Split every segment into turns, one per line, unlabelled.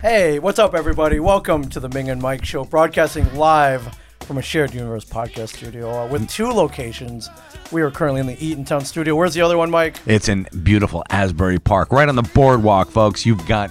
Hey, what's up, everybody? Welcome to the Ming and Mike Show, broadcasting live from a shared universe podcast studio uh, with two locations. We are currently in the Eatontown studio. Where's the other one, Mike?
It's in beautiful Asbury Park, right on the boardwalk, folks. You've got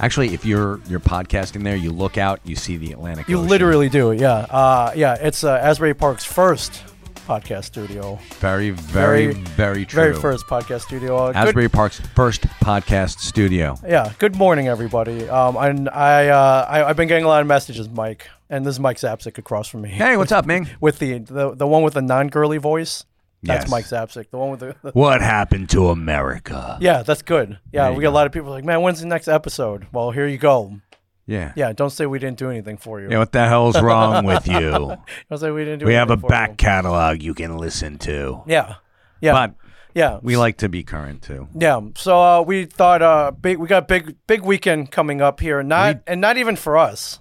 actually, if you're you're podcasting there, you look out, you see the Atlantic.
You
Ocean.
literally do, yeah. Uh, yeah, it's uh, Asbury Park's first podcast studio.
very, very, very, true.
Very first podcast studio. Uh, good-
Asbury Park's first podcast studio.
Yeah. Good morning, everybody. Um, and I, uh, I, I've been getting a lot of messages, Mike. And this is Mike Zapsik across from me.
Hey, what's up, Ming?
With the the, the one with the non girly voice. That's
Yes.
Mike Zapsik. The one with the, the-
What happened to America?
yeah. That's good. Yeah,
There you
we got a lot of people like, man, when's the next episode? Well, here you go.
Yeah.
Yeah, don't say we didn't do anything for you.
Yeah, what the hell's wrong with you?
Don't say we didn't do.
We have a
anything for
back catalog you can listen to.
you. Yeah, yeah,
But
yeah.
we like to be current too.
Yeah, so uh, we thought uh, big, we got big big weekend coming up here, not and not even for us,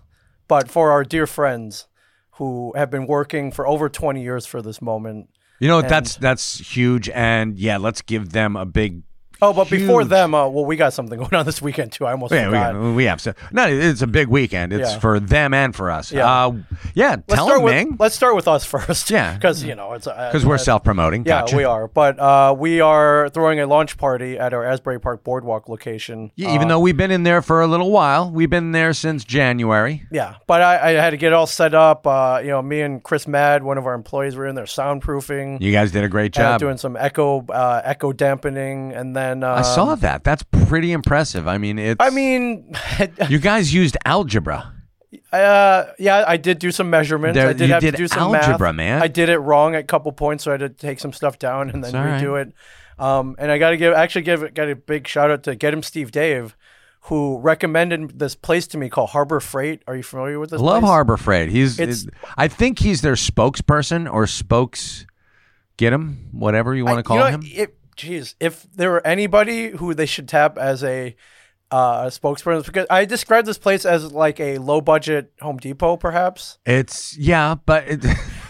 but for our dear friends who have been working for over twenty years for this moment.
You know, that's that's huge and yeah, let's give them a big
Oh, but before
Huge.
them, uh, well, we got something going on this weekend too. I almost
Yeah,
forgot.
we, we have. So, no, it's a big weekend. It's
Yeah.
for them and for us.
Yeah.
Uh, yeah.
let's
tell
start
them,
with
Ming,
let's start with us first.
Yeah.
because you know it's uh, because
because we're self-promoting.
Yeah,
gotcha.
we are. But uh, we are throwing a launch party at our Asbury Park Boardwalk location.
Yeah, even though we've been in there for a little while, we've been there since January.
Yeah, but I, I had to get it all set up. Uh, you know, me and Chris Mad, one of our employees, were in there soundproofing,
You guys did a great
uh,
job.
doing some echo uh, echo dampening, and then uh,
I saw that. That's pretty impressive. I mean, it's.
I mean,
you guys used algebra.
uh, yeah, I did do some measurements.
There-
I did
you
have
did
to do some math.
algebra, man.
I did it wrong at a couple points, so I had to take some stuff down and then
all right.
redo it. Um, and I got to give actually give got a big shout out to Get Him Steve Dave, who recommended this place to me called Harbor Freight. Are you familiar with this?
Love
place?
Harbor Freight. He's.
It's-
it- I think he's their spokesperson or spokes. Get him, whatever you want to call
you know,
him.
If, geez, if there were anybody who they should tap as a, uh, a spokesperson, because I described this place as like a low budget Home Depot, perhaps.
It's yeah, but it,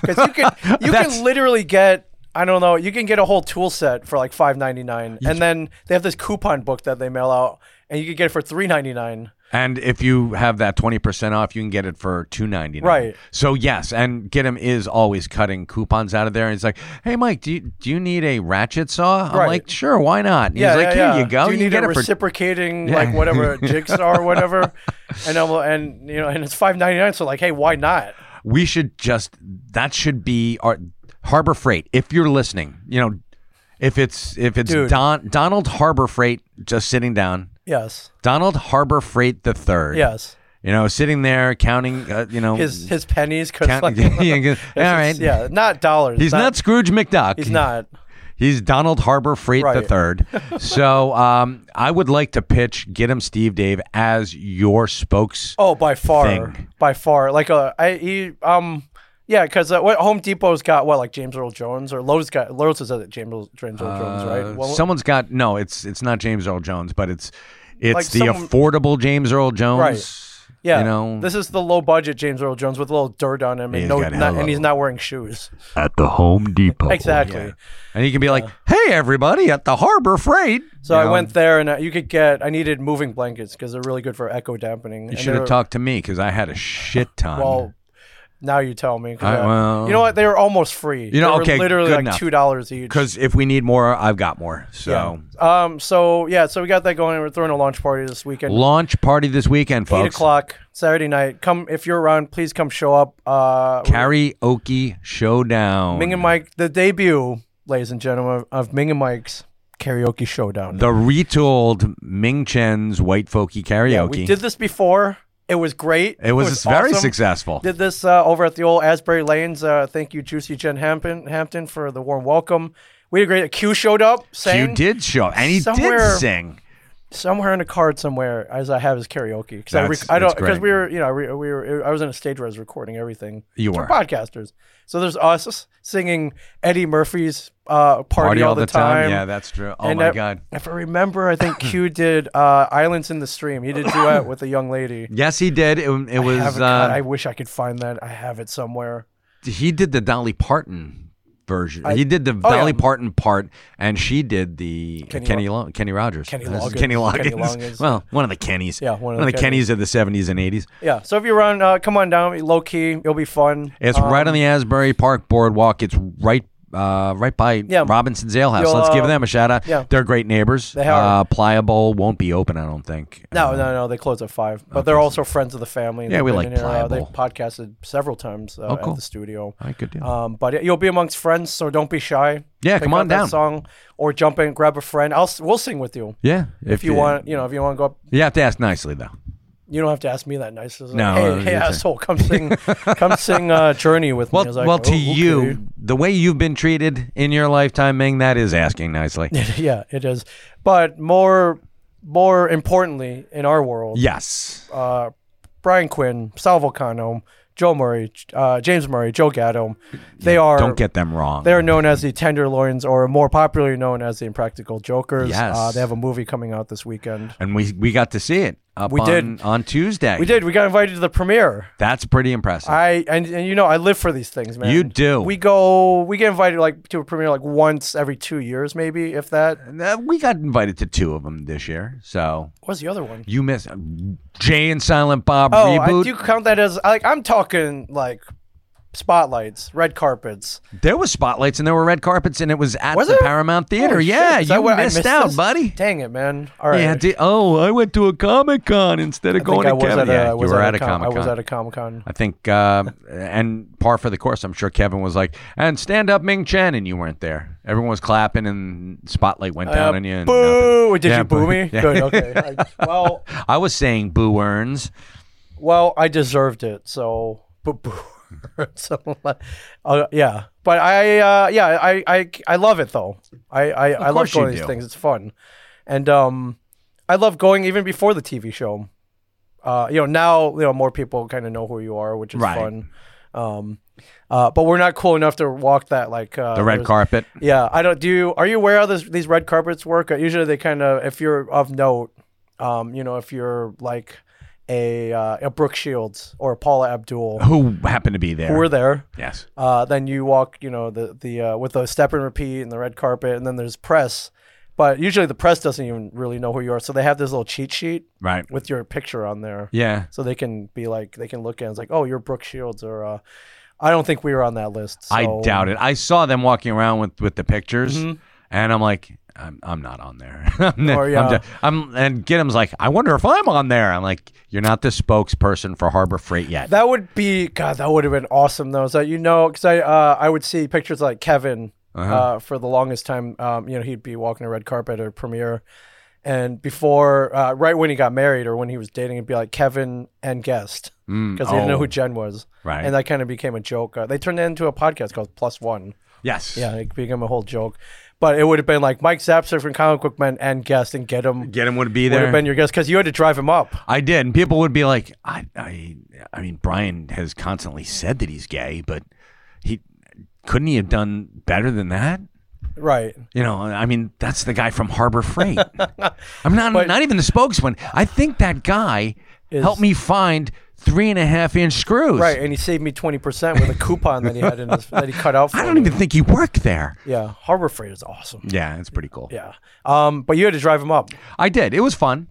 Because you can you
That's-
can literally get. I don't know. You can get a whole tool set for like five ninety nine, and then they have this coupon book that they mail out, and you can get it for three ninety nine.
And if you have that twenty percent off, you can get it for two ninety nine.
Right.
So yes, and Get'em is always cutting coupons out of there. And he's like, "Hey, Mike, do you do you need a ratchet saw?" I'm
Right.
like, "Sure, why not?" And he's like, "Here you go.
Do you, need a
can get it for."
reciprocating
Yeah.
like whatever jigsaw or whatever, and I'm, and you know, and it's five ninety nine. So like, hey, why not?
we should just that should be our Harbor Freight. If you're listening, you know, if it's if it's
Dude.
Don Donald Harbor Freight just sitting down,
Yes,
Donald Harbor Freight the third.
yes.
You know, sitting there counting. Uh, you know,
his his pennies because
count-
like,
Yeah,
it's
yeah, all right.
just- yeah, not dollars.
He's not, Scrooge McDuck.
He's not.
He's Donald Harbor Freight the
Right.
Third. So um, I would like to pitch Get Him Steve Dave as your spokes.
Oh, by far,
Thing.
by far. Like uh, I he um yeah, because uh, what Home Depot's got what like James Earl Jones or Lowe's got Lowe's is at James Earl- James Earl Jones, right? Well,
Uh, Someone's got no. It's it's not James Earl Jones, but it's it's
Like
the
someone-
affordable James Earl Jones.
Right. yeah,
You know,
this is the low budget James Earl Jones with a little dirt on him, and
He's
no,
got
not,
hello.
and he's not wearing shoes.
at the Home Depot.
Exactly.
And you can be like, "Hey, everybody, at the Harbor Freight."
So
You
I
know,
went there, and uh, you could get. I needed moving blankets because they're really good for echo dampening.
You should have talked to me because I had a shit ton.
Well, now you tell me. 'cause
I-
I-
well-
you know what? They were almost free.
know,
they were
okay,
literally
good
like
enough.
two dollars each.
because if we need more, I've got more. So.
yeah. um, so yeah, so we got that going. We're throwing a launch party this weekend.
Launch party this weekend,
Eight
folks.
o'clock Saturday night. Come if you're around, please come show up. Uh,
Karaoke Showdown.
Ming and Mike, the debut, ladies and gentlemen, of Ming and Mike's karaoke showdown.
the retooled Ming Chen's White Folky Karaoke.
Yeah, we did this before. It was great.
it was, very
awesome.
successful.
Did this uh, over at the old Asbury Lanes. Uh, thank you, Juicy Jen Hampton, Hampton, for the warm welcome. We had a great. Q showed up, sang
you did show, and he
Somewhere-
did sing.
somewhere in a card somewhere as I have his karaoke because I, rec-
That's-
I don't
that's great.
because we were you know we, we were I was in a stage where I was recording everything.
You
We're
were.
podcasters, so there's us singing Eddie Murphy's uh, party,
Party
all the time.
Yeah, that's true. Oh
And
my
I-
God.
If I remember, I think Q did uh, Islands in the Stream. He did duet with a young lady.
Yes, he did. It, it was.
I, have it-
uh,
God, I wish I could find that. I have it somewhere.
he did the Dolly Parton version. he did the Dolly Parton part, and she did the
Oh, Kenny
Kenny Kenny, Lo- Kenny Rogers.
Kenny
I was-
Loggins.
Kenny
Kenny
Loggins.
Loggins.
Well, one of the Kennys.
Yeah,
one, of the Kennys of the '70s and '80s.
Yeah. So if you run, uh, come on down. Low key, it'll be fun.
It's right on
Um,
the Asbury Park Boardwalk. It's right. Uh, right by Robinson's Ale House.
You'll,
Let's give
uh,
them a shout out.
yeah.
They're great neighbors.
They are.
Uh, Pliable won't be open, I don't think.
No, no, no. They close at five, but they're also friends of the family.
Yeah, we
They've
like
been in here, uh, They
Pliable. Oh,
podcasted several times uh,
cool.
at the studio.
All right, good deal.
Um, but yeah, you'll be amongst friends, so don't be shy.
Yeah,
Pick
come
out
on
that
down.
Song or jump in, grab a friend. I'll s- we'll sing with you
yeah,
if you want. You know, if you want to go up,
you have to ask nicely though.
you don't have to ask me that nice. It's like,
No,
hey,
uh,
hey,
it's a-
asshole, come sing, come sing uh, Journey with
Well,
me. It's like,
well, to
"Oh, okay."
you, the way you've been treated in your lifetime, Ming, that is asking nicely.
yeah, it is. But more, more importantly, in our world,
yes.
uh, Brian Quinn, Sal Volcano, Joe Murray, uh, James Murray, Joe Gatto. They are
Don't get them wrong.
they are known as the Tenderloins, or more popularly known as the Impractical Jokers.
Yes.
Uh, they have a movie coming out this weekend.
and we we got to see it up
We
on,
did.
on Tuesday.
We did. We got invited to the premiere.
That's pretty impressive.
I and, and you know I live for these things, man.
You do.
We go. We get invited like to a premiere like once every two years, maybe if that.
Uh, we got invited to two of them this year, so
What's the other one?
you missed Jay and Silent Bob
Oh, I
reboot.
do count that as like I'm talking like spotlights, red carpets.
There was spotlights and there were red carpets, and it was at
Was
the
there?
Paramount Theater.
Oh, shit.
yeah,
Is that
you
what I
missed,
missed
out,
this?
buddy.
Dang it, man. All right.
Yeah. di- oh, I went to a Comic Con instead of
I think
going
I
to
was
Kevin.
at a,
yeah,
I was
you were
at
at
a
a
com- I
Comic
was
Con.
at a Comic Con.
I think, uh, and par for the course. I'm sure Kevin was like, "And stand up, Ming Chen," and you weren't there. Everyone was clapping, and spotlight went down on you. And
Uh, boo!
nothing.
Did
Yeah,
you boo me?
Yeah.
Good. Okay. I, well,
I was saying boo earns.
well, I deserved it. So, but boo. so, uh, yeah. But I, uh, yeah, I, I, I love it though. I, I, I love
course
going to
you
these
do.
things. It's fun, and um, I love going even before the TV show. Uh, you know, now you know more people kind of know who you are, which is
Right.
fun. Um, uh, but we're not cool enough to walk that like uh,
The red
there's-
carpet.
Yeah, I don't. Do you are you aware how this, these red carpets work? Uh, Usually, they kind of if you're of note, um, you know, if you're like a uh, a Brooke Shields or a Paula Abdul,
Who happened to be there?
who were there,
yes.
uh, then you walk, you know, the the uh, with the step and repeat and the red carpet, and then there's press. But usually, the press doesn't even really know who you are, so they have this little cheat sheet
Right.
with your picture on there,
Yeah.
so they can be like they can look at it and it's like, oh, you're Brooke Shields, or uh, I don't think we were on that list.
I
so- Mm-hmm.
doubt it. I saw them walking around with, with the pictures, and I'm like, I'm, I'm not on there. I'm,
Or, Oh, yeah.
I'm, ju- I'm- and Giddim's like, I wonder if I'm on there. I'm like, you're not the spokesperson for Harbor Freight yet.
That would be God. That would have been awesome though. So you know, because I uh, I would see pictures like Kevin uh
Uh-huh.
for the longest time. Um, you know, he'd be walking a red carpet or premiere, and before uh, right when he got married or when he was dating, it'd be like Kevin and guest because they didn't know
oh.
who Jen was.
Right.
and that kind of became a joke. Uh, they turned it into a podcast called Plus One.
yes.
Yeah, it became a whole joke. But it would have been like Mike Zapser from Comic Book Men and guest and get him.
Gidim would be
would have
there.
been your guest because you had to drive him up.
I did, and people would be like, I, I, I mean, Brian has constantly said that he's gay, but he couldn't he have done better than that?
Right.
You know, I mean, that's the guy from Harbor Freight. I'm not not even the spokesman. I think that guy helped me find three and a half inch screws.
Right, and he saved me twenty percent with a coupon that he had in his that he cut out. For
I don't
me.
even think he worked there.
Yeah, Harbor Freight is awesome.
Yeah, it's pretty cool.
Yeah, um, but you had to drive him up.
I did. It was fun.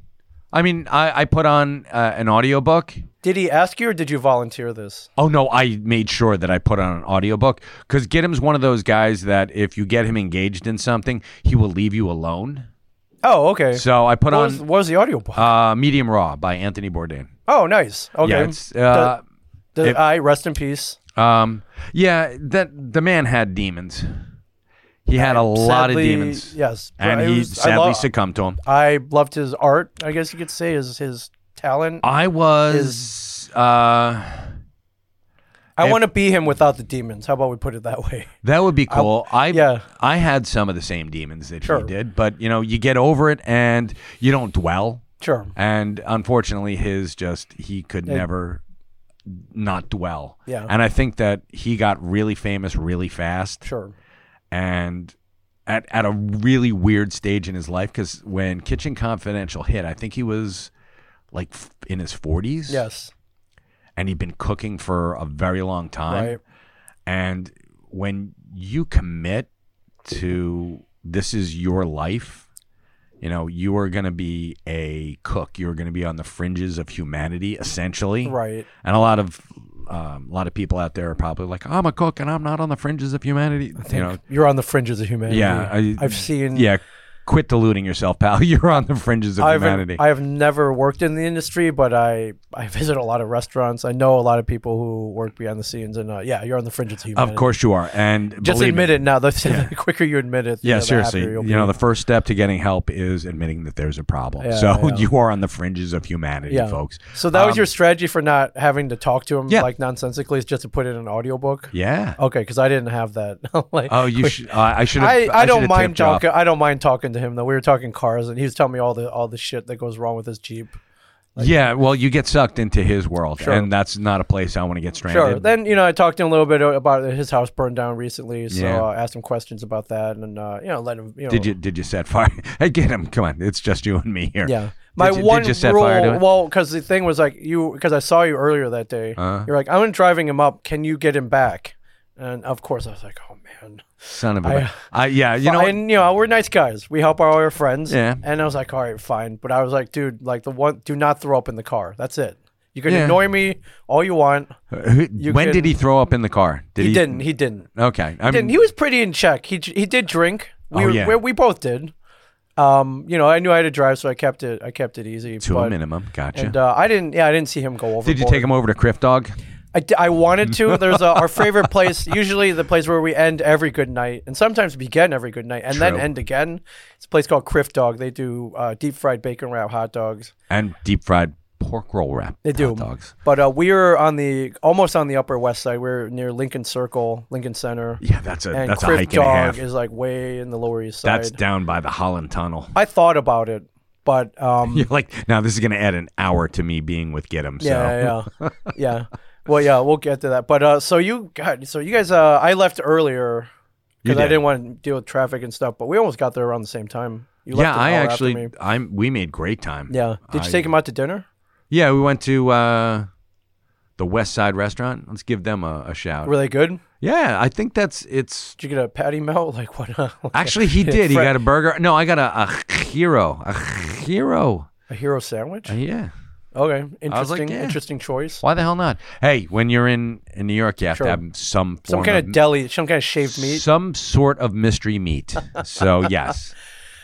I mean, I, I put on uh, an audiobook.
Did he ask you, or did you volunteer this?
Oh no, I made sure that I put on an audiobook because Giddim's one of those guys that if you get him engaged in something, he will leave you alone.
Oh, okay.
So I put
what,
on
was, what was the audio book?
uh, Medium Raw by Anthony Bourdain.
oh, nice. Okay.
Yeah, it's, uh,
Did I rest in peace?
Um, yeah, that the man had demons. He had a lot of
Sadly,
demons.
Yes,
and
it
he
was- I,
sadly
lo-
succumbed to him.
I loved his art. I guess you could say his his talent.
I was. Uh,
I want to be him without the demons. How about we put it that way?
that would be cool. I,
yeah.
I had some of the same demons that
Sure.
he did, but you know, you get over it and you don't dwell.
Sure.
And unfortunately, his just he could never not dwell.
Yeah.
And I think that he got really famous really fast.
Sure.
and at, at a really weird stage in his life because when Kitchen Confidential hit, I think he was like f- in his 40s.
Yes.
And he'd been cooking for a very long time.
Right.
And when you commit to this is your life. You know, you are going to be a cook. You're going to be on the fringes of humanity, essentially.
Right.
And a lot of um, a lot of people out there are probably like, I'm a cook and I'm not on the fringes of humanity. you know,
You're on the fringes of humanity.
yeah, I,
I've seen.
Yeah, quit deluding yourself, pal. You're on the fringes of
I
humanity.
haven't, I have never worked in the industry, but I, I visit a lot of restaurants. I know a lot of people who work behind the scenes, and uh, yeah, you're on the fringes of humanity.
of course you are. And
just
believe
admit
me,
it now. The, the quicker you admit it, you
Yeah,
know, the
seriously.
happier
You
you'll
know,
be.
the first step to getting help is admitting that there's a problem.
Yeah,
so
yeah.
you are on the fringes of humanity,
Yeah.
folks.
So that was
Um,
your strategy for not having to talk to him
Yeah.
like nonsensically, is just to put it in an audiobook.
Yeah.
Okay, because I didn't have that. like,
Oh, you should. Uh, I should.
I, I, don't
should've
mind
tipped you off.
talking. I don't mind talking to him though. We were talking cars, and he was telling me all the all the shit that goes wrong with his Jeep.
yeah. Well, you get sucked into his world,
Sure.
and that's not a place I want to get stranded.
Sure. Then you know I talked to him a little bit about his house burned down recently, so
Yeah.
I asked him questions about that, and uh, you know let him. You know,
did you did you set fire? hey, get him! Come on, it's just you and me here.
Yeah. My
you- did
one
you set
rule,
fire to it?
well, because the thing was like you, because I saw you earlier that day.
Uh-huh.
You're like, I'm driving him up. Can you get him back? And of course, I was like, oh man.
Son of a. I, yeah, you know. what?
and you know, we're nice guys. We help all our friends.
Yeah.
And I was like, all right, fine. But I was like, dude, like the one, do not throw up in the car. That's it. You can
Yeah.
annoy me all you want.
Who- when
can-
did he throw up in the car? Did
He, didn't. He didn't.
Okay. I mean,
Didn't. He was pretty in check. He he did drink. We
Oh,
were,
yeah.
we, we both did. Um, you know, I knew I had to drive, so I kept it. I kept it easy.
to a
but-
minimum. Gotcha.
And uh, I didn't. Yeah, I didn't see him go over.
did you take him over to Criff Dog?
I, di- I wanted to. There's a, our favorite place, usually the place where we end every good night, and sometimes begin every good night, and then
True.
end again. It's a place called Criff Dog. They do uh, deep fried bacon wrap hot dogs.
And deep fried pork roll wrap.
They do.
hot dogs.
But uh, we were on the almost on the Upper West Side. We are near Lincoln Circle, Lincoln Center,
Yeah, that's a
and
that's a
Criff
hike and a
Dog
half.
is like way in the Lower East Side.
That's down by the Holland Tunnel.
I thought about it, but um,
You're like, now this is going to add an hour to me being with Get Him. So.
Yeah, yeah, yeah. yeah. Well, yeah, we'll get to that. But uh, so you, God, so you guys, uh, I left earlier
You
because I
did.
didn't want to deal with traffic and stuff. But we almost got there around the same time. You
Yeah,
an
I
hour after
actually,
me.
I'm. We made great time.
Yeah. Did you
I-
take him out to dinner?
Yeah, we went to uh, the West Side Restaurant. Let's give them a, a shout.
Were they good?
Yeah, I think that's it's.
Did you get a patty melt? Like what?
Actually, he did. He
Fre-
got a burger. No, I got a, a hero. A hero.
a hero sandwich?
Uh, yeah.
Okay,
was like,
interesting,
yeah.
interesting choice.
Why the hell not? Hey, when you're in, in New York, you have
Sure.
to have some form
Some kind of
of
deli, some kind of shaved meat.
some sort of mystery meat. So yes,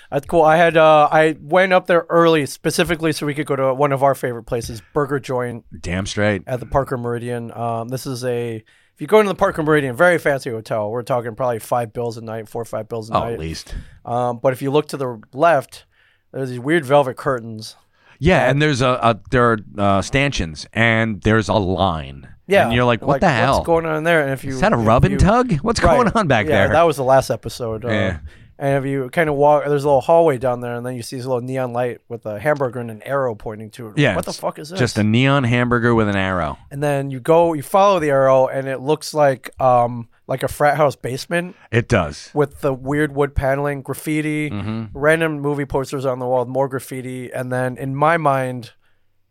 That's cool. I had uh, I went up there early specifically so we could go to one of our favorite places, Burger Joint.
damn straight.
at the Parker Meridian. Um, this is a if you go into the Parker Meridian, very fancy hotel. We're talking probably five bills a night, four or five bills a
Oh, at
night.
least.
Um, but if you look to the left, there's these weird velvet curtains.
Yeah, and there's a, a there are uh, stanchions, and there's a line.
Yeah,
and you're like, what the hell?
What's going on there? And if you
Is that a
if
rub and
you-
tug? What's
Right.
going on back
yeah,
there?
That was the last episode. Uh,
Yeah.
And if you kind of walk, there's a little hallway down there, and then you see this little neon light with a hamburger and an arrow pointing to it.
yeah,
what the
it's
fuck is this?
Just a neon hamburger with an arrow.
and then you go, you follow the arrow, and it looks like um like a frat house basement.
It does.
with the weird wood paneling, graffiti,
Mm-hmm.
random movie posters on the wall, more graffiti, and then in my mind,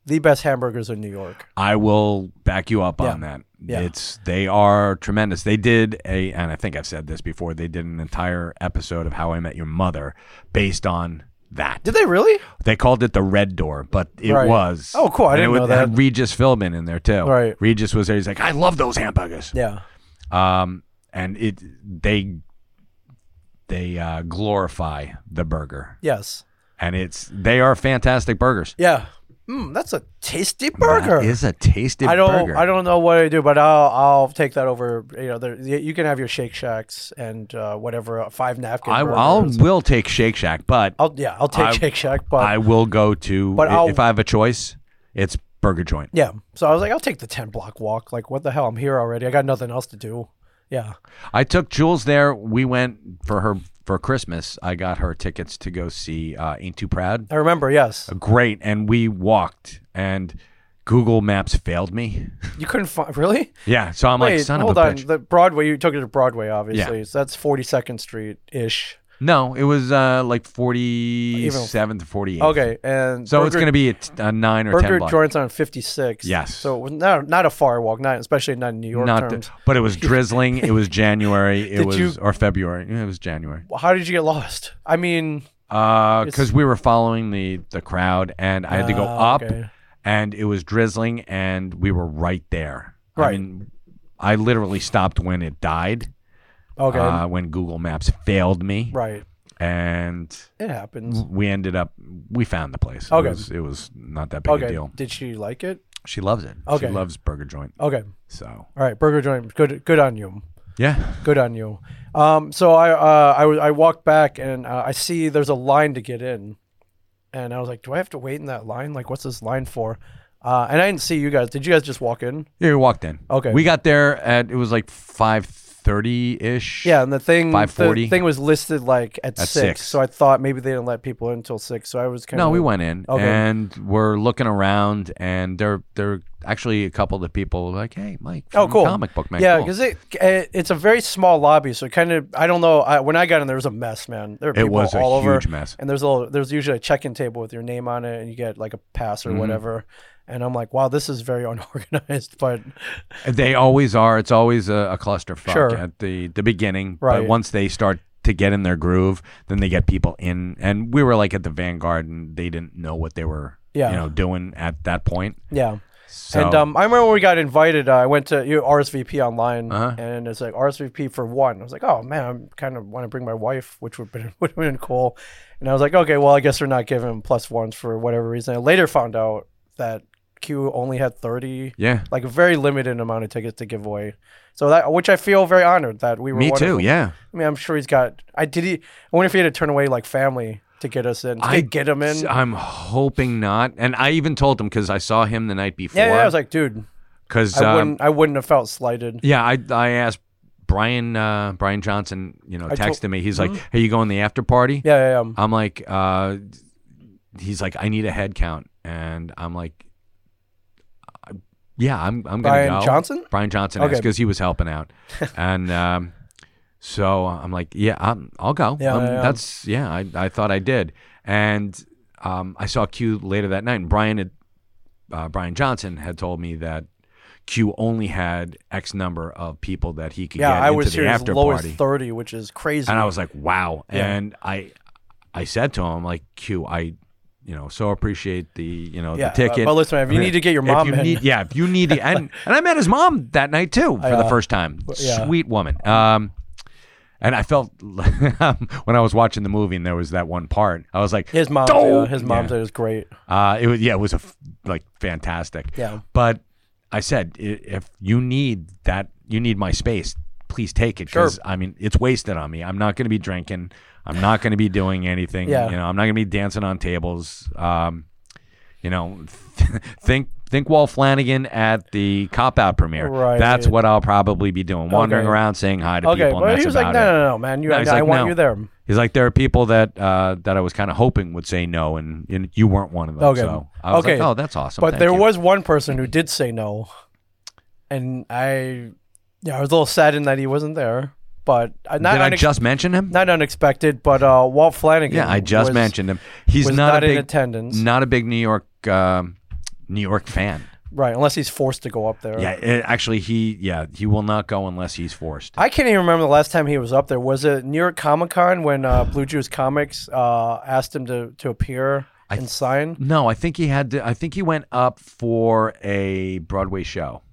the best hamburgers in New York.
I will back you up
Yeah.
on that.
Yeah.
It's they are tremendous. They did a, and I think I've said this before. They did an entire episode of How I Met Your Mother based on that.
Did they really?
They called it the Red Door, but it
Right.
was.
Oh, cool. I
and
didn't
it
know
was-
that.
Had Regis Philbin in there too.
Right.
Regis was there. He's like, I love those hamburgers.
Yeah.
Um, and it they they uh, glorify the burger,
Yes.
and it's they are fantastic burgers.
Yeah. Mm, that's a tasty burger.
That is a tasty
I don't.
burger.
I don't know what I do, but I'll. I'll take that over. You know, there, y- you can have your Shake Shacks and uh, whatever uh, five napkin.
I, I'll
burgers.
will take Shake Shack, but
I'll. Yeah. I'll take
I-
Shake Shack, but
I will go to.
But
i-
I'll-
if I have a choice, it's burger joint.
yeah. So I was like, I'll take the ten block walk. Like, what the hell? I'm here already. I got nothing else to do. Yeah.
I took Jules there. We went for her for Christmas. I got her tickets to go see uh, Ain't Too Proud.
I remember. Yes.
Great, and we walked, and Google Maps failed me.
You couldn't find really.
yeah, so I'm
Wait,
like, son
hold
of a
on.
bitch.
The Broadway, you took it to Broadway, obviously. So that's 42nd Street ish.
No, it was uh, like 47 to 48.
Okay, and
So it's going to be a, t- a nine or ten
Burger
block.
joints on 56.
Yes.
So it was not not a far walk, not especially not in New York
Not,
terms.
the, but it was drizzling. It was January. It
Did
was
you-
or February. Yeah, It was January.
How did you get lost? I mean,
Because Uh, we were following the the crowd, and I had to go
Ah,
up,
okay.
and it was drizzling, and we were right there. I
Right.
mean, I literally stopped when it died.
okay,
Uh, when Google Maps failed me,
right.
and
It happens.
we ended up we found the place. It
Okay.
was, it was not that big a
Okay.
deal.
Did she like it?
She loves it.
Okay. Oh.
She loves burger joint.
Okay.
So
All right. Burger joint. Good. Good on you.
yeah,
Good on you. Um, so I, uh, I, w- I walked back and uh, I see there's a line to get in. And I was like, do I have to wait in that line? Like, what's this line for? Uh, and I didn't see you guys. Did you guys just walk in?
yeah. We walked in.
Okay.
We got there at it was like five thirty ish.
Yeah, and the thing the
5:40?
thing was listed like at,
At
six,
six.
so I thought maybe they didn't let people in until six. So I was kind
No,
of
we went in
Okay.
and we're looking around, and there there are actually a couple of the people like, hey, Mike,
Oh,
from
cool.
comic book man.
Yeah,
cool."
because it, it it's a very small lobby, so kind of I don't know. I, when I got in, there was a mess, man. There were
it
people
was a
all over,
huge mess.
and there's a little, there's usually a check-in table with your name on it, and you get like a pass
Mm-hmm.
or whatever. And I'm like, wow, this is very unorganized, but
They always are. It's always a, a clusterfuck
Sure.
at the the beginning,
Right.
but once they start to get in their groove, then they get people in, and we were like at the vanguard, and they didn't know what they were,
Yeah.
you know, doing at that point.
yeah.
So,
And um, I remember when we got invited. Uh, I went to you know, RSVP online,
Uh-huh.
and it's like RSVP for one. I was like, oh man, I kind of want to bring my wife, which would been would have been cool. And I was like, okay, well, I guess they're not giving plus ones for whatever reason. I later found out that Q only had thirty,
yeah,
like a very limited amount of tickets to give away. So that, which I feel very honored that we were.
me
one
too.
Of,
Yeah,
I mean, I'm sure he's got. I did he. I wonder if he had to turn away like family to get us in. Did
I- uh,
they get him in? Yeah,
I'm hoping not. And I even told him because I saw him the night before.
yeah. I was like, dude,
because
I wouldn't. I wouldn't have felt slighted.
um, Yeah, I I asked Brian uh, Brian Johnson, you know,
I told- Hmm?
texted me. He's like, "Hey, you going to the after party?"
Yeah, yeah, yeah.
I'm like, uh, he's like, "I need a head count," and I'm like, uh, "Yeah, I'm I'm gonna
Brian
go."
Johnson?
Brian Johnson,
Okay.
because he was helping out, and um, so uh, I'm like, "Yeah, I'm, I'll go."
Yeah,
Um,
yeah, yeah.
that's yeah. I I thought I did, and um, I saw Q later that night, and Brian had uh, Brian Johnson had told me that Q only had X number of people that he could
Yeah,
get
I
into
was
the
here as
after
low
party,
as thirty, which is crazy.
and I was like, "Wow!"
Yeah.
And I, I said to him, "Like Q, I, you know, so appreciate the you know
yeah,
the ticket.
But, but listen, if you
I mean,
need to get your
if
mom
you
in,
need- yeah, if you need the and and I met his mom that night too for the
Yeah.
first time.
yeah.
Sweet woman. Um, and I felt when I was watching the movie and there was that one part, I was like,
his mom,
"Doh!"
yeah, his mom said it was great.
Uh, it was yeah, it was a f- like fantastic.
Yeah.
But I said i- if you need that, you need my space. Please take it because I mean it's wasted on me. I'm not going to be drinking. I'm not going to be doing anything.
Yeah.
You know, I'm not going to be dancing on tables. Um, you know, think think Wall Flanagan at the cop out premiere.
Right.
That's what I'll probably be doing, wandering
Okay.
around saying hi to
Okay,
people.
well,
and that's
he was like,
about it.
no, no, no, man, you,
No,
I,
he's like,
I want
no. Oh,
you there.
He's like, there are people that uh, that I was kind of hoping would say no, and, and you weren't one of them.
Okay.
So I was
Okay.
like, oh, that's awesome.
But
Thank
there
you."
was one person who did say no, and I, yeah, I was a little saddened that he wasn't there. But uh, not
Did I
unex-
just mention him?
not unexpected. But uh, Walt Flanagan,
yeah, I just
was-
mentioned him. He's
was
not,
not,
a
in
big,
attendance,
not a big New York, um, New York fan.
right? Unless he's forced to go up there.
Yeah, it- actually, he yeah he will not go unless he's forced.
I can't even remember the last time he was up there. Was it New York Comic Con when uh, Blue Juice Comics uh, asked him to, to appear and sign?
No, I think he had to. I think he went up for a Broadway show.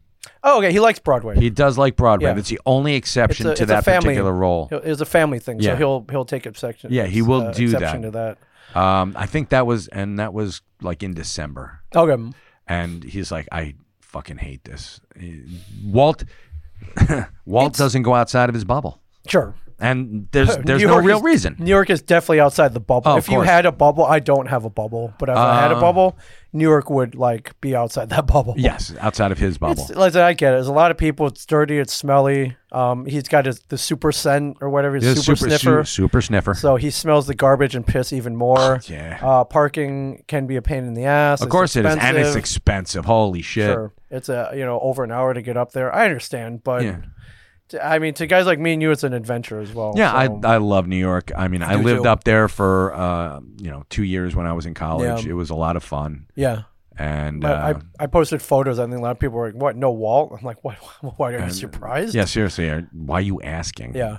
Oh, okay. He likes Broadway.
He does like Broadway.
Yeah.
That's the only
It's
exception
a- it's
to
a
that
family-
particular role.
He'll- it's a family thing, so
Yeah.
he'll he'll take exception. uh,
Yeah, he will do
exception
that.
to that.
Um, I think that was and that was like in December.
Okay,
and he's like, I fucking hate this. Walt, Walt doesn't go outside of his bubble,
sure.
and there's there's
New
no
York
real
is-
reason.
New York is definitely outside the bubble.
Oh, of
if you
course.
had a bubble, I don't have a bubble, but if I had a
Uh,
bubble, New York would like be outside that bubble.
Yes, outside of his bubble.
It's, listen, I get it. There's a lot of people. It's dirty. It's smelly. Um, he's got his, the super scent or whatever. His
He's a
super,
su-
sniffer.
super sniffer.
So he smells the garbage and piss even more.
Ah, yeah.
Uh, parking can be a pain in the ass.
of course it is, and it's expensive. Holy shit!
Sure. It's a you know over an hour to get up there. I understand, but
Yeah.
To- I mean, to guys like me and you, it's an adventure as well.
Yeah,
so-
I I love New York. I mean, I,
do
lived
too.
up there for uh, you know two years when I was in college.
Yeah.
It was a lot of fun,
yeah.
and
But
uh,
I, I posted photos. I think a lot of people were like, "What? No Walt?" I'm like, "What? Why are you
And-
surprised?"
yeah, seriously, I- why are you asking?
Yeah.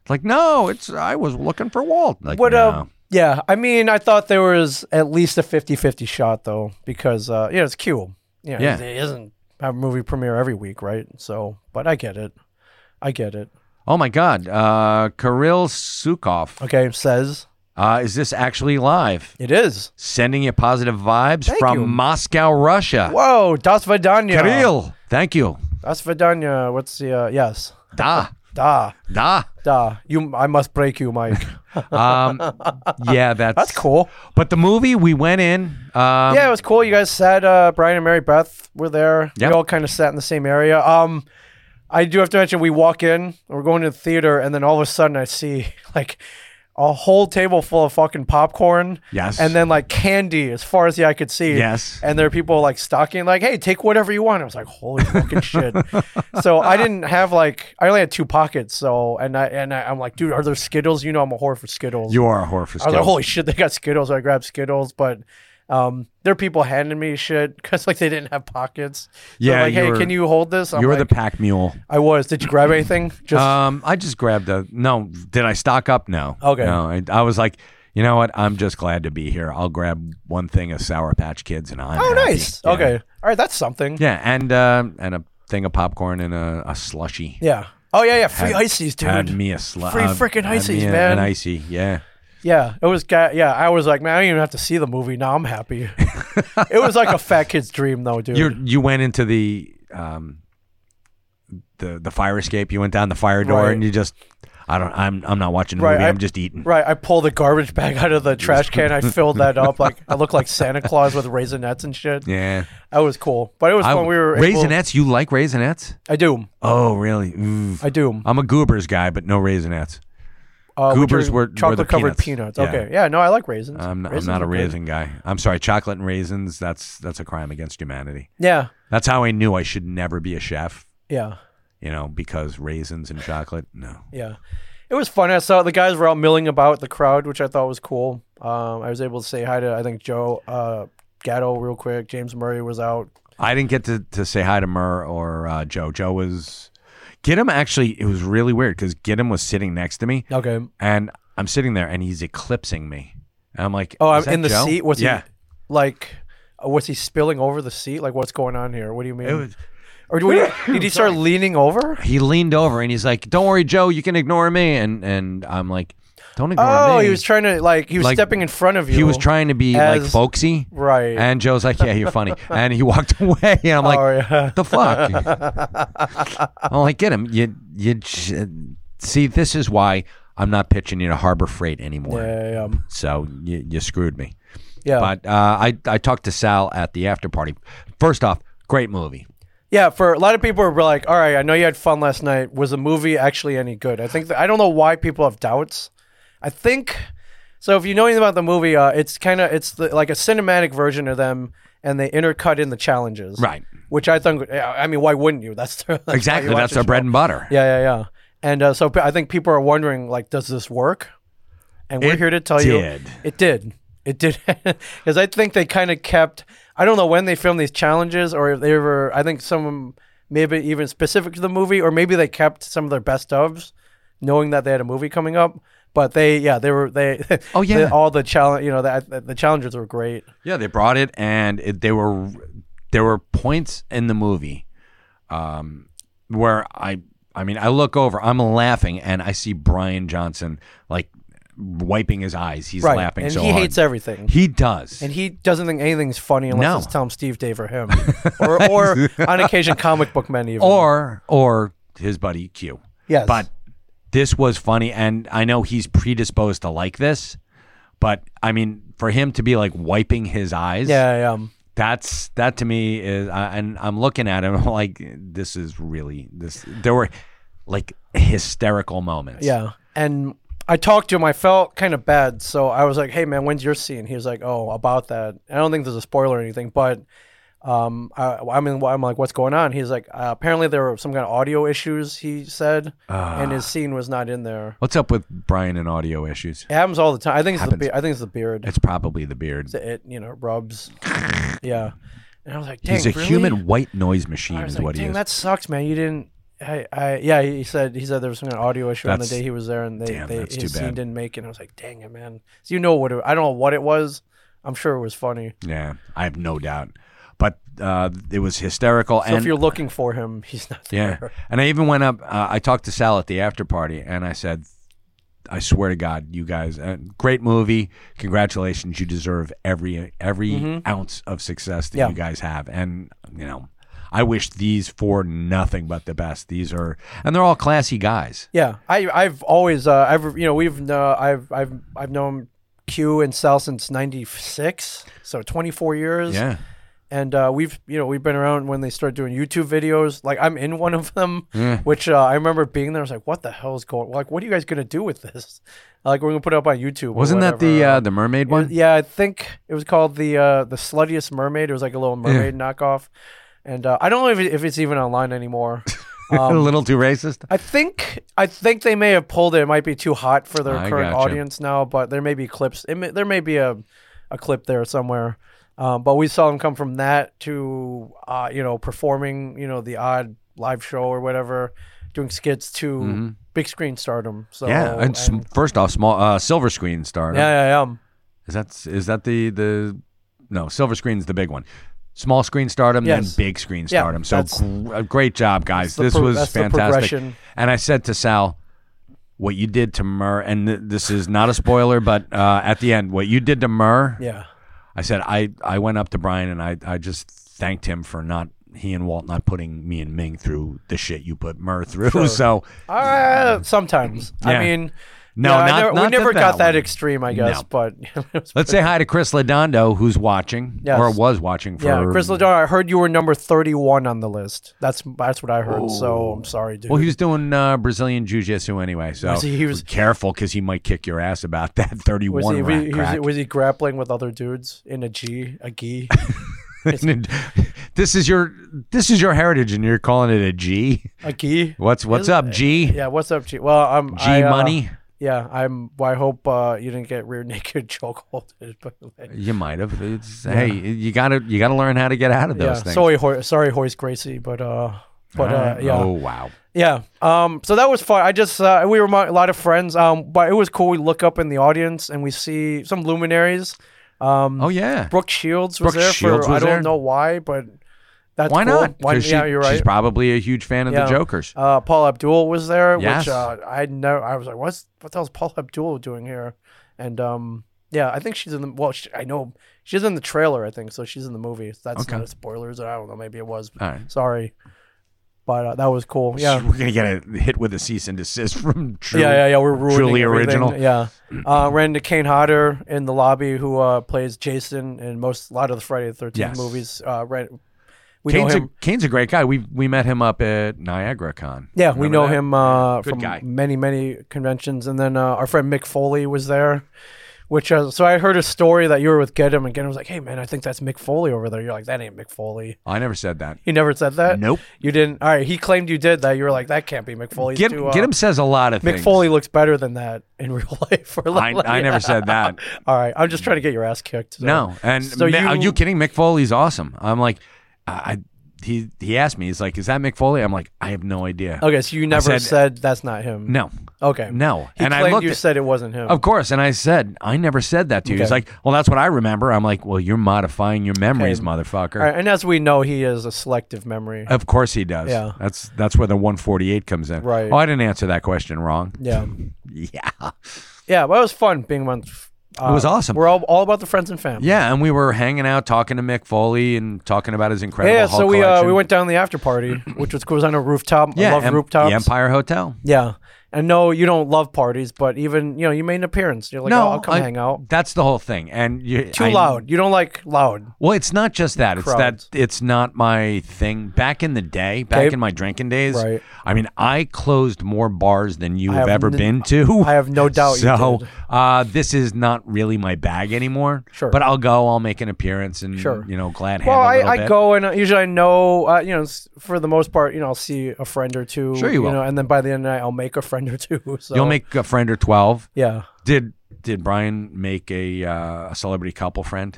It's like no, it's I was looking for Walt. Like
What?
no.
Uh, yeah. I mean, I thought there was at least a 50-50 shot though, because uh, yeah, it's Q. Yeah.
Yeah.
It isn't have a movie premiere every week, right? So, but I get it. I get it.
oh my God, uh, Kirill Sukov.
Okay. Says
Uh, is this actually live?
it is.
Sending you positive vibes
Thank
from
you.
Moscow, Russia.
Whoa, Das Vidania.
Kirill, thank you.
Das Vidania. What's the uh, yes?
Da
Da
da.
da. You. I must break you, Mike.
Um, yeah, that's
That's cool.
But the movie we went in. Um,
yeah, it was cool. You guys sat. Uh, Brian and Mary Beth were there.
Yep.
We all kind of sat in the same area. Um, I do have to mention we walk in, we're going to the theater, and then all of a sudden I see like a whole table full of fucking popcorn.
Yes.
And then like candy as far as the eye could see.
Yes.
And there are people like stocking, like, hey, take whatever you want. I was like, holy fucking shit. So I didn't have like I only had two pockets. So and I and I, I'm like, dude, are there Skittles? You know, I'm a whore for Skittles.
You are a whore for
I was like,
Skittles.
holy shit, they got Skittles. I grabbed Skittles, but um, there are people handing me shit because like they didn't have pockets. So
Yeah,
like, hey,
you're-
can you hold this? I'm
You're the
like,
pack mule.
I was. Did you grab anything? Just
Um, I just grabbed a. No, did I stock up? No.
Okay.
No, I, I was like, you know what? I'm just glad to be here. I'll grab one thing of Sour Patch Kids and I'm.
oh,
happy.
nice.
Yeah.
Okay, all right, that's something. Yeah.
Yeah, and uh, and a thing of popcorn and a, a slushy.
Oh yeah, yeah. Free
Had-
ices, dude.
Had me a uh, slushy.
Free frickin' ices, man.
An icy, yeah.
yeah, it was. Ga- yeah, I was like, man, I don't even have to see the movie now. I'm happy. it was like a fat kid's dream, though, dude.
You you went into the um the the fire escape. You went down the fire door
Right.
and you just. I don't. I'm. I'm not watching the
Right,
movie.
I-
I'm just eating.
Right, I pulled the garbage bag out of the trash can. I filled that up. Like I looked like Santa Claus with raisinets and shit.
Yeah.
That was cool. But it was
I-
fun. We were able-
raisinets. You like raisinets?
I do.
Oh, really? Ooh.
I do.
I'm a goobers guy, but no raisinettes.
Uh, which
Uh, Goobers
are
were- were the
chocolate covered
peanuts.
peanuts.
Yeah.
Okay. Yeah. No, I like raisins.
I'm, I'm
Raisins
not a
are good.
raisin guy. I'm sorry, chocolate and raisins. That's that's a crime against humanity.
Yeah.
That's how I knew I should never be a chef.
Yeah.
You know, because raisins and chocolate. No.
Yeah. It was fun. I saw the guys were out milling about the crowd, which I thought was cool. Um, I was able to say hi to I think Joe uh, Gatto real quick. James Murray was out.
I didn't get to, to say hi to Murr or uh, Joe. Joe was. Gidim actually, it was really weird because Gidim was sitting next to me
Okay.
and I'm sitting there and he's eclipsing me. And I'm like,
Oh,
is
I'm
that
in the
Joe?
seat. Was
yeah.
he like? uh, Was he spilling over the seat? Like, what's going on here? What do you mean?
It was,
or do we, did he start leaning over?
he leaned over and he's like, "Don't worry, Joe, you can ignore me." And and I'm like, "Don't ignore me."
Oh, he was trying to like he was
Like,
stepping in front of you.
He was trying to be like
as-
folksy,
Right.
and Joe's like, "Yeah, you're funny," and he walked away. And I'm like,
oh, yeah.
"The fuck?" I'm like, "Get him! You you j- see, this is why I'm not pitching you to Harbor Freight anymore.
Yeah, um,
So you, you screwed me."
yeah.
But uh, I I talked to Sal at the after party. First off, great movie.
Yeah, for a lot of people were like, "All right, I know you had fun last night. Was the movie actually any good?" I think that, I don't know why people have doubts. I think so. If you know anything about the movie, uh, it's kind of it's the, like a cinematic version of them, and they intercut in the challenges,
Right.
Which I think, yeah, I mean, why wouldn't you? That's their, that's why
Exactly.
you watch
That's
the
our
show.
bread and butter.
Yeah, yeah, yeah. And uh, so pe- I think people are wondering, like, does this work? And we're
It
here to tell
did.
you it did. It did. Because I think they kind of kept, I don't know when they filmed these challenges or if they were, I think some of 'em maybe even specific to the movie, or maybe they kept some of their best ofs knowing that they had a movie coming up. But they, yeah, they were, they,
Oh,
the-
yeah.
all the challenge, you know, the, the challenges were great.
Yeah, they brought it, and it, they were there were points in the movie um, where I I mean I look over, I'm laughing, and I see Brian Johnson like wiping his eyes. He's
Right.
laughing
and
so
he
hard.
hates everything.
he does.
and he doesn't think anything's funny unless
No.
it's Tom, Steve, Dave, or him, or, or on occasion comic book men even.
or or his buddy Q.
yes,
But this was funny, and I know he's predisposed to like this, but I mean for him to be like wiping his eyes,
yeah, yeah, um,
that's that to me is I and I'm looking at him I'm like this is really this there were like hysterical moments.
yeah. And I talked to him. I felt kind of bad, so I was like, "Hey, man, when's your scene?" He was like, "Oh, about that." I don't think there's a spoiler or anything, but Um, I, I mean, I'm like, what's going on? He's like, uh, apparently there were some kind of audio issues. He said,
Ah.
and his scene was not in there.
What's up with Brian and audio issues?
It happens all the time. I think it's the
Happens.
be- I think it's the beard.
It's probably the beard.
It you know rubs. yeah, and I was like, dang,
He's a
really?
human white noise machine,
I was
is
like,
what he
dang,
is.
that sucks, man. You didn't. I, I yeah. He said he said there was some kind of audio issue on the
That's-
day he was there, and they,
damn,
they
that's
his
too
scene
bad.
didn't make it. And I was like, dang it, man. So you know what? It, I don't know what it was. I'm sure it was funny.
Yeah, I have no doubt. But uh, it was hysterical.
So
and
if you're looking for him, he's not
Yeah.
there.
And I even went up. Uh, I talked to Sal at the after party, and I said, "I swear to God, you guys, uh, great movie. Congratulations, you deserve every every ounce of success that
Mm-hmm. Yeah.
you guys have." And you know, I wish these four nothing but the best. These are, and they're all classy guys.
Yeah, I I've always uh, I've you know we've uh, I've I've I've known Q and Sal since '96, so 24 years.
Yeah.
and uh, we've you know we've been around when they started doing YouTube videos. Like I'm in one of them, which uh, I remember being there. I was like, what the hell is going? Like, what are you guys gonna do with this? Like we're gonna put it up on YouTube. or
Wasn't that the
whatever.
uh, the mermaid one?
Yeah, I think it was called the uh, the sluttiest mermaid. It was like a little mermaid knockoff, and uh, I don't know if, it, if it's even online anymore. um,
a little too racist.
I think I think they may have pulled it. It might be too hot for their
I
current
gotcha.
audience now, but there may be clips. It may, there may be a, a clip there somewhere. Um, but we saw them come from that to uh, you know performing you know the odd live show or whatever, doing skits to big screen stardom. So
Mm-hmm. Yeah, and, sm first off, small uh, silver screen star.
yeah, um, yeah, yeah.
Is that is that the the no silver screen's the big one. Small screen stardom,
Yes.
then big screen
Yeah,
stardom. so
that's-
gr- uh, great job, guys.
the
This
pro-
was
that's the
fantastic.
progression.
And I said to Sal, what you did to Murr, and th- this is not a spoiler, but uh, at the end, what you did to Murr,
yeah.
I said I I went up to Brian and I I just thanked him for not he and Walt not putting me and Ming through the shit you put Murr through. So
Uh, sometimes I
Yeah.
mean,
No,
yeah, I
not-
never-
not
we
that
never got
that
that
one.
extreme, I guess.
No.
But
let's say hi to Chris Ladondo, who's watching
Yes.
or was watching for
Yeah, Chris Ledar, I heard you were number 31 on the list. That's that's what I heard. So I'm sorry, dude.
Oh. Well, he was doing uh, Brazilian jiu-jitsu anyway, so
Was he- he was-
be careful because he might kick your ass about that
was,
thirty-one
he,
rat
was,
crack.
he, was he grappling with other dudes in a G, a gi?
this is your this is your heritage, and you're calling it a G.
A gi?
What's what's up, G?
Yeah, what's up, G? Well, I'm
G
I, uh,
money?
Yeah, I'm. Well, I hope uh, you didn't get rear naked chokeholded. By the way.
You might have. It's, Hey, you gotta you gotta learn how to get out of
Yeah,
those things.
sorry, Hor- sorry, Horace Gracie, but uh, but uh,
Alright.
yeah.
Oh wow.
Yeah. Um. So that was fun. I just uh, we were among a lot of friends. Um. But it was cool. We look up in the audience and we see some luminaries. Um.
Oh yeah.
Brooke Shields was
Brooke
there
Shields
for I
was
don't
there?
know why, but that's
Why
cool.
not?
Why,
'Cause she-
yeah, you're
She's
right.
probably a huge fan of
Yeah.
the Jokers.
Uh, Paul Abdul was there,
Yes.
which uh, I know. I was like, what's what the hell's Paul Abdul doing here? And um, yeah, I think she's in the well. She, I know she's in the trailer. I think so. She's in the movie. So that's
Okay.
not a spoilers. I don't know. Maybe it was.
All right.
Sorry, but uh, that was cool. Yeah.
We're gonna get a hit with a cease and desist from. True.
Yeah, yeah, yeah. We're ruining
truly
everything.
original.
Yeah, uh, ran into Kane Hodder in the lobby, wwho uh, plays Jason in most a lot of the Friday the Thirteenth
Yes.
movies. Uh, right, we
Kane's
know
a,
him.
Kane's a great guy. We we met him up at Niagara Con.
yeah, we know
Remember that?
him uh,
Good
from
guy.
many many conventions, and then uh, our friend Mick Foley was there. Which uh, so I heard a story that you were with Gedham, and Gedham was like, "Hey man, I think that's Mick Foley over there." You're like, "That ain't Mick Foley."
I never said that.
You never said that.
Nope.
You didn't. All right. He claimed you did that. You were like, "That can't be Mick Foley." He's
Get,
too, uh,
get him says a lot of
Mick
things.
Foley looks better than that in real life. Or
I,
like-
I never said that.
All right, I'm just trying to get your ass kicked. so-
No. And
So
Ma- are
you-
you kidding? Mick Foley's awesome. I'm like, I, I he he asked me. He's like, is that Mick Foley? I'm like, I have no idea.
Okay, so you never
said-
said, that's not him.
No,
Okay.
no.
He
and
claimed
I looked.
you
at-
said it wasn't him.
of course, and I said I never said that to you. He's
Okay.
like, well, that's what I remember. I'm like, well, you're modifying your memories, motherfucker.
All right, and as we know, he is a selective memory.
Of course he does.
Yeah.
That's that's where the 148 comes in.
Right.
Oh, I didn't answer that question wrong.
yeah.
Yeah.
Yeah, but it was fun being month. Uh,
It was awesome.
We're all, all about the friends and family.
Yeah, and we were hanging out, talking to Mick Foley, and talking about his incredible.
Yeah,
Hulk
so we uh,
collection.
we went down the after party, which was cool. It was on a rooftop.
Yeah,
I love
Em-
rooftops.
The Empire Hotel.
Yeah. I know you don't love parties, but even you know you made an appearance. You're like,
no,
oh, I'll come
I-
hang out.
That's the whole thing, and you,
Too
I-
loud. You don't like loud.
Well, it's not just that. It's
Crowds.
that it's not my thing. Back in the day, back
Okay.
in my drinking days,
Right.
I mean, I closed more bars than you
have
have ever
n-
been to.
I have no doubt you
So
did.
Uh, this is not really my bag anymore.
Sure.
but I'll go. I'll make an appearance and
Sure.
you know, glad hand.
Well,
a
I,
little
I
bit.
go and uh, usually I know, uh, you know, s- for the most part, you know, I'll see a friend or two.
Sure you will.
know, and then by the end of the night, I'll make a friend or two. So.
You'll make a friend or twelve.
Yeah.
Did did Brian make a uh, a celebrity couple friend?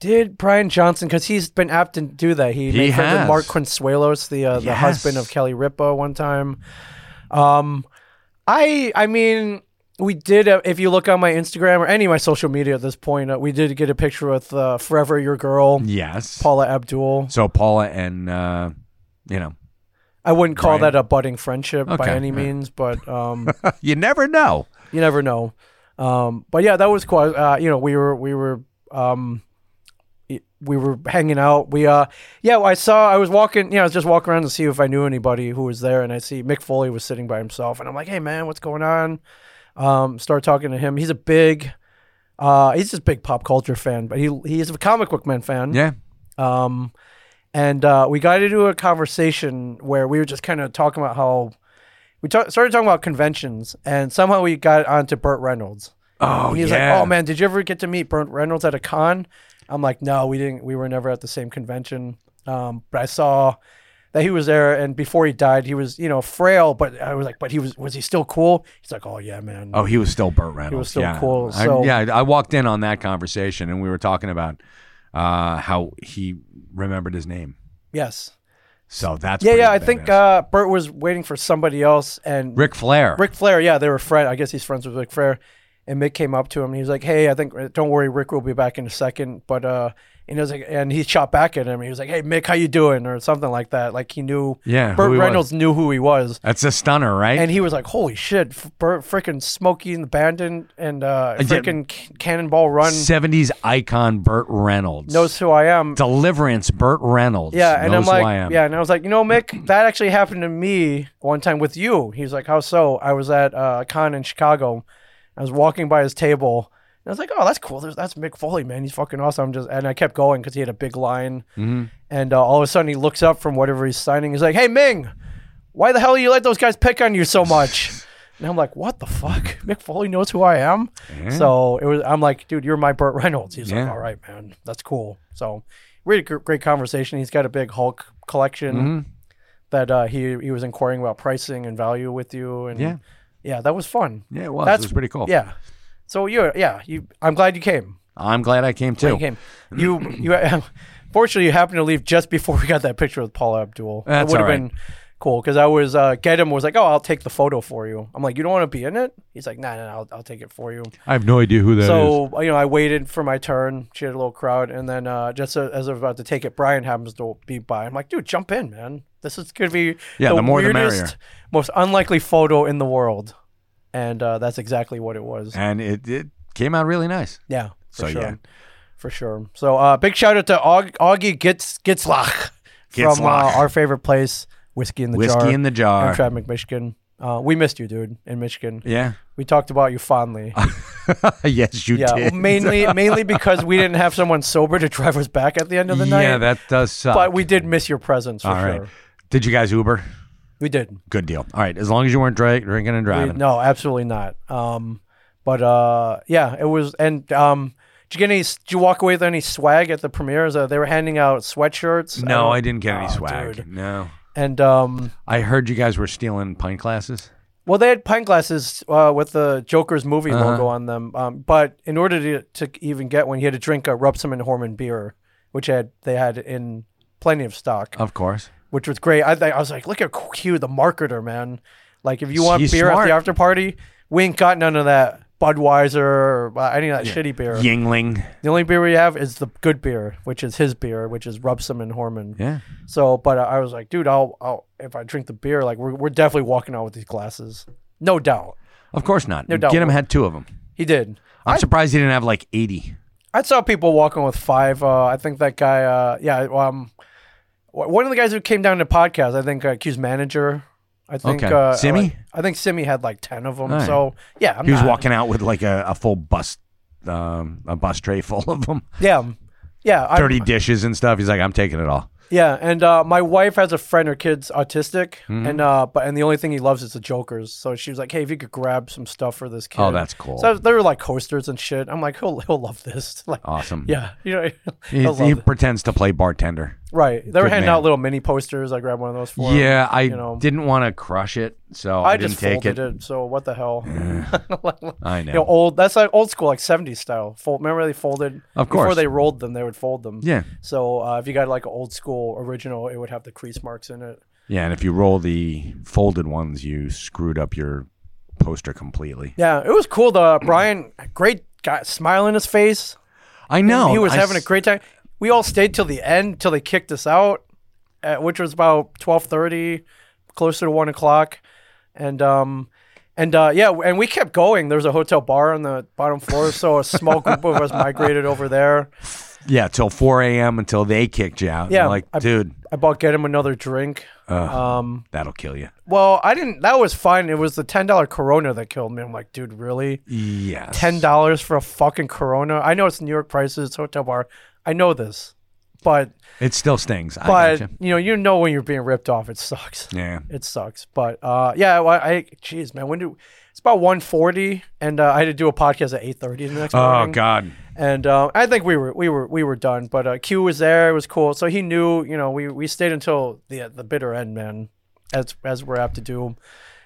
Did Brian Johnson, because he's been apt to do that. He,
He
made friends
has.
with Mark Consuelos, the uh, the
Yes.
husband of Kelly Ripa, one time. Um, I I mean, we did. Uh, if you look on my Instagram or any of my social media at this point, uh, we did get a picture with uh, "Forever Your Girl"
Yes.
Paula Abdul.
So Paula and uh, you know,
I wouldn't call
Brian.
that a budding friendship by
Okay,
any
yeah.
means, but um,
you never know.
you never know. Um, but yeah, that was cool. Uh, you know, we were we were um, y- we were hanging out. We uh, yeah, I saw. I was walking. You know, I was just walking around to see if I knew anybody who was there, and I see Mick Foley was sitting by himself, and I'm like, hey man, what's going on? Um, start talking to him. He's a big. Uh, he's just a big pop culture fan, but he he's a comic book man fan.
Yeah.
Um, and uh, we got into a conversation where we were just kind of talking about how we ta- started talking about conventions, and somehow we got onto Burt Reynolds.
Oh
And he's
yeah.
like, "Oh man, did you ever get to meet Burt Reynolds at a con?" I'm like, "No, we didn't. We were never at the same convention." Um, but I saw that he was there, and before he died, he was you know frail, but I was like, "But he was was he still cool?" He's like, "Oh yeah, man."
Oh, he was still Burt Reynolds.
was still
yeah.
cool,
I-
so-
yeah, I walked in on that conversation, and we were talking about uh, how he remembered his name.
Yes.
So that's
Yeah,
pretty
yeah. I think
badass.
uh, Burt was waiting for somebody else, and
Ric Flair.
Ric Flair, yeah, they were friends. I guess he's friends with Ric Flair. And Mick came up to him and he was like, "Hey, I think don't worry, Rick will be back in a second. But uh, and he was like, and he shot back at him. He was like, "Hey, Mick, how you doing?" or something like that. Like he knew.
Yeah,
Burt
who he was.
Reynolds knew who he was,
That's a stunner, right?
and he was like, "Holy shit, f- Burt, freaking Smokey and the Bandit and uh,
yeah.
freaking C- Cannonball Run
Seventies icon Burt Reynolds.
knows who I am."
Deliverance Burt Reynolds.
Yeah, and
knows
I'm like,
who I am.
yeah, and I was like, you know, Mick, that actually happened to me one time with you. He's like, how so? I was at uh, a con in Chicago. I was walking by his table, and I was like, oh, that's cool. There's, that's Mick Foley, man. He's fucking awesome. I'm just, and I kept going because he had a big line,
Mm-hmm.
and uh, all of a sudden he looks up from whatever he's signing. He's like, hey, Ming, why the hell you let those guys pick on you so much? And I'm like, what the fuck? Mick Foley knows who I am. So it was. I'm like, dude, you're my Burt Reynolds. He's
Mm-hmm. Yeah.
like, all right, man, that's cool. So we had a gr- great conversation. He's got a big Hulk collection
Mm-hmm.
that uh, he he was inquiring about pricing and value with you. And
Yeah.
yeah, that was fun.
Yeah, it was.
That's-
it was pretty cool.
Yeah. So you, yeah, you. I'm glad you came.
I'm glad I came too.
You came. You, you. Fortunately, you happened to leave just before we got that picture with Paula Abdul.
That's
it would
all
have
right.
been cool because I was uh, get him was like, oh, I'll take the photo for you. I'm like, you don't want to be in it. He's like, nah, nah, nah, I'll, I'll take it for you.
I have no idea who that is.
So uh, you know, I waited for my turn. She had a little crowd, and then uh, just as, as I was about to take it, Brian happens to be by. I'm like, dude, jump in, man. This is gonna be
Yeah, the more the merrier.
weirdest, most unlikely photo in the world, and uh, that's exactly what it was.
and it, it came out really nice.
Yeah, for
So,
sure,
yeah.
for sure. So uh, big shout out to Aug- Augie Gitz Gitzlach from uh,
Gitzlach.
our favorite place, whiskey in the
Whiskey
jar,
in the jar.
Amtrak, Michigan. Uh, we missed you, dude, in Michigan.
yeah.
We talked about you fondly.
yes, you
Yeah, well,
did.
mainly mainly because we didn't have someone sober to drive us back at the end of the night.
yeah, that does suck.
but we did miss your presence for
All right.
sure.
Did you guys Uber?
We did.
Good deal. All right, as long as you weren't dra- drinking and
We-
driving.
no, absolutely not. Um, but uh, yeah, it was. And um, did you get any? Did you walk away with any swag at the premieres? Uh, they were handing out sweatshirts.
No,
don't-
I didn't get any
Oh,
swag.
dude.
No.
And um,
I heard you guys were stealing pint glasses.
Well, they had pint glasses uh, with the Joker's movie
Uh-huh.
logo on them, um, but in order to, to even get one, you had to drink a Rupsman and Horman beer, which had they had in plenty of stock,
Of course.
which was great. I, th- I was like, look at Q, the marketer, man. Like, if you want
He's
beer
smart.
at the after party, we ain't got none of that Budweiser or uh, any of that shitty beer.
Yingling.
The only beer we have is the good beer, which is his beer, which is Rupsman and Horman.
Yeah.
So, but I was like, dude, I'll, I'll if I drink the beer, like we're, we're definitely walking out with these glasses, no doubt.
Of course not.
doubt.
Get him had two of them.
He did.
I'm surprised he didn't have like 80.
I saw people walking with five. Uh, I think that guy. Uh, yeah. Um, wh- one of the guys who came down to podcast. I think uh, Q's manager. I I think
Okay.
uh,
Simi?
like- I think Simi had like ten of them.
All right.
So yeah, I'm
He was
not-
walking out with like a, a full bus, um, a bus tray full of them,
Yeah, um, yeah, I,
dirty dishes and stuff. He's like, I'm taking it all.
yeah. And uh, my wife has a friend. Her kid's autistic,
Mm-hmm.
and uh, but and the only thing he loves is the Joker's. So she was like, "Hey, if you could grab some stuff for this kid."
Oh, that's cool.
So they were like coasters and shit. I'm like, he'll he'll love this. Like,
Awesome.
yeah, you know,
He,
he'll love
he
it.
pretends to play bartender.
Right. They were
Good
handing
man.
out little mini posters. I grabbed one of those for him.
yeah, I
know.
didn't want to crush it, so I,
I
didn't
just
take
folded
it.
it. So what the hell?
I know.
You know, oh, old. That's like old school, like '70s style. Fold. Remember they folded.
Of
Before
course.
they rolled them, they would fold them.
Yeah.
So uh, if you got like an old school original, it would have the crease marks in it.
yeah, and if you roll the folded ones, you screwed up your poster completely.
Yeah, it was cool. The Brian, great guy, smile on his face.
I know.
he was
I
having a
s-
great time. We all stayed till the end, till they kicked us out, uh which was about twelve thirty, closer to one o'clock, and um, and uh, yeah, and we kept going. There was a hotel bar on the bottom floor, so a small group of us migrated over there.
yeah till 4 a.m. until they kicked you out.
Yeah,
Yeah, like
I-
dude,
I bought get him another drink.
that'll kill you.
Well, I didn't. That was fine. It was the ten dollar Corona that killed me. I'm like, dude, really?
Yeah,
Ten dollars for a fucking Corona? I know it's New York prices, it's hotel bar. I know this, but
It still stings. I
but
gotcha.
you know, you know when you're being ripped off, it sucks.
Yeah.
It sucks. But uh, yeah, well, I jeez, man, when do it's about 1.40 and uh, I had to do a podcast at eight thirty the next
Oh
morning.
God.
And uh, I think we were we were we were done. But uh, Q was there. It was cool. So he knew. You know, we we stayed until the the bitter end, man. As as we're apt to do.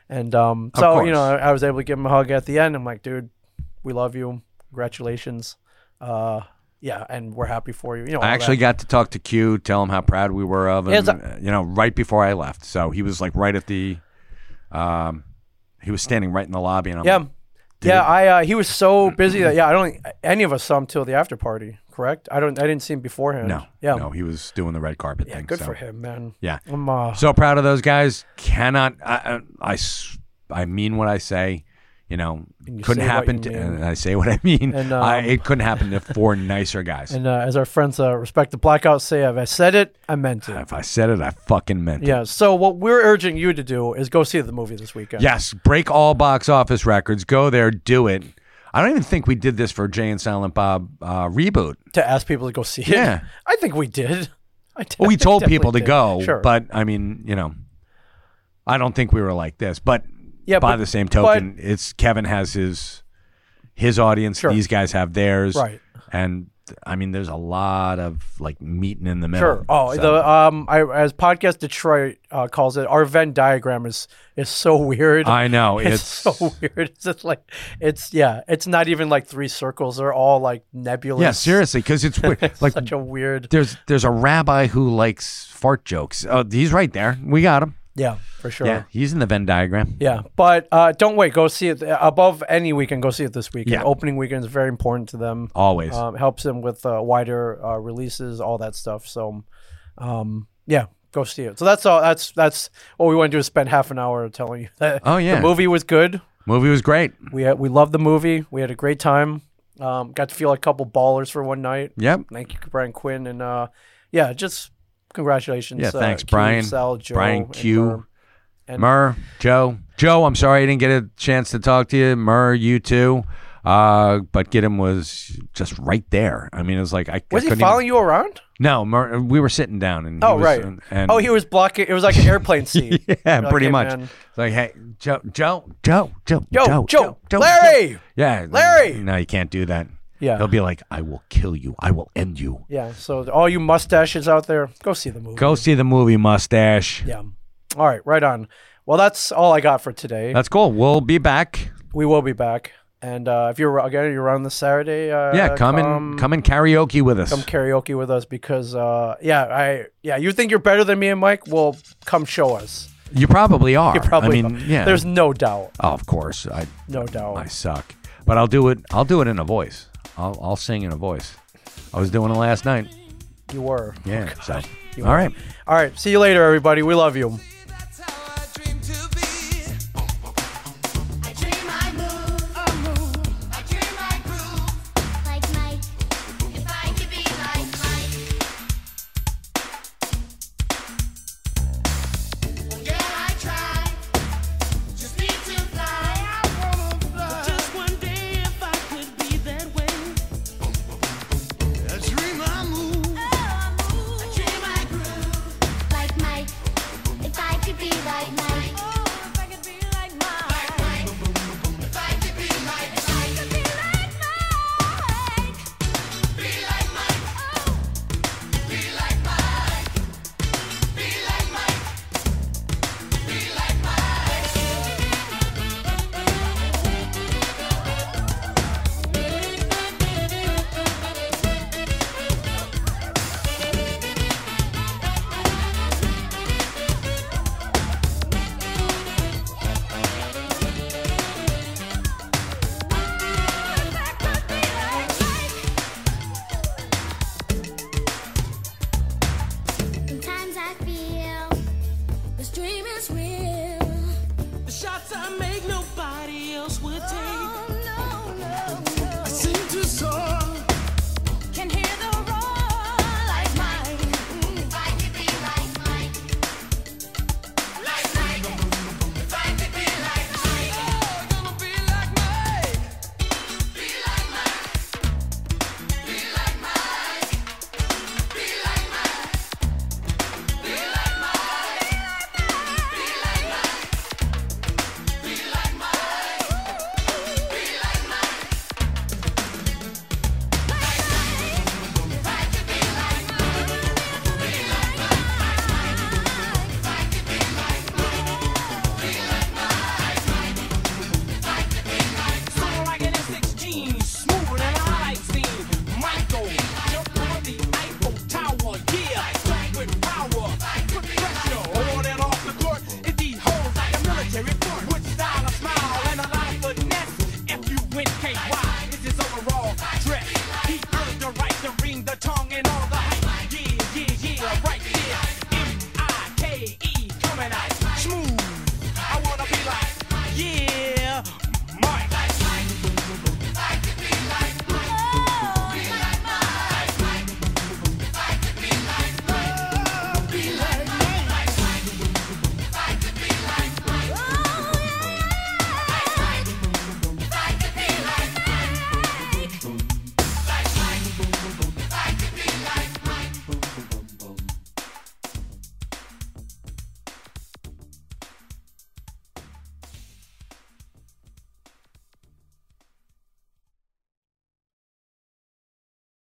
And um,
Of
so you know,
course.
I, I was able to give him a hug at the end. I'm like, dude, we love you. Congratulations. Uh, yeah, and we're happy for you. You know,
I
all
actually
that.
got to talk to Q, tell him how proud we were of him.
It's
uh, you know, right before I left, so he was like right at the, um, he was standing right in the lobby, and I'm
yeah.
like,
Yeah, I uh, he was so busy that yeah, I don't think any of us saw him till the after party. Correct? I don't. I didn't see him beforehand.
no,
Yeah.
no, he was doing the red carpet
yeah.
thing.
Good
so.
for him, man.
Yeah,
I'm, uh,
so proud of those guys. Cannot I? I, I s- I mean what I say. You know,
you
couldn't
say what
happen.
you
To,
mean.
and I say what I mean.
And,
I,
um,
it couldn't happen to four nicer guys.
And uh, as our friends uh, respect the blackout say, if I said it, I meant it.
if I said it, I fucking meant it.
Yeah. So what we're urging you to do is go see the movie this weekend.
Yes, break all box office records. Go there, do it. I don't even think we did this for Jay and Silent Bob uh, reboot.
To ask people to go see it.
Yeah.
I think we did. I did.
Well, we told people to go,
Sure.
but I mean, you know, I don't think we were like this. But
Yeah,
by
but-
the same token, it's Kevin has his his audience.
Sure.
These guys have theirs,
Right.
And I mean, there's a lot of like meeting in the middle.
Sure. Oh,
So-
the um, I, as podcast Detroit uh, calls it, our Venn diagram is is so weird.
I know
it's so weird. It's just like it's yeah. It's not even like three circles. They're all like nebulous.
yeah, seriously, because it's weird. like
Such a weird.
there's there's a rabbi who likes fart jokes. Oh, he's right there. We got him.
Yeah, for sure.
Yeah, he's in the Venn diagram.
Yeah, but uh, don't wait. Go see it above any weekend. Go see it this weekend.
Yeah.
Opening weekend is very important to them.
Always.
Um, helps them with uh, wider uh, releases, all that stuff. So, um, yeah, go see it. So that's all. That's that's what we want to do is spend half an hour telling you that.
Oh, yeah.
the movie was good.
Movie was great.
We had, we loved the movie. We had a great time. Um, got to feel like a couple ballers for one night.
Yep.
Thank you, Brian Quinn, and uh, yeah, just congratulations.
Yeah,
uh,
thanks,
Q,
Brian.
Sal, Joe,
Brian
and
Q.
Vern. And-
Murr, Joe. Joe, I'm sorry I didn't get a chance to talk to you. Murr, you too. Uh, but Gidim was just right there. I mean, it was like I
Was he
I couldn't even-
following you around?
No, Murr, we were sitting down and he
Oh
was-
right.
and, and-
oh, he was blocking. It was like an airplane seat.
yeah,
You're
pretty
like,
much.
"Hey, man."
It's Like, hey, Joe, Joe, Joe, Joe,
Yo,
Joe,
Joe, Larry!
Yeah,
Larry!
No, you can't do that.
Yeah.
he'll be like, I will kill you. I will end you.
Yeah. So all you mustaches out there, go see the movie.
Go see the movie Mustache.
Yeah. All right. Right on. Well, that's all I got for today.
That's cool. We'll be back.
we will be back. And uh, if you're again, you're around this Saturday. Uh,
Yeah, come and come and karaoke with us.
come karaoke with us because uh, yeah, I yeah, you think you're better than me and Mike? Well, come show us.
You probably are.
You probably
I mean, yeah.
There's no doubt.
oh, of course. I
No doubt.
I suck, but I'll do it. I'll do it in a voice. I'll I'll sing in a voice. I was doing it last night.
You were.
Yeah. so all right.
All right. See you later, everybody. We love you.
That's how I dream to be.
I dream I move, I move. I dream I groove, like Mike. If I could be like Mike, well, yeah, I try. is real. Oh,
Oh,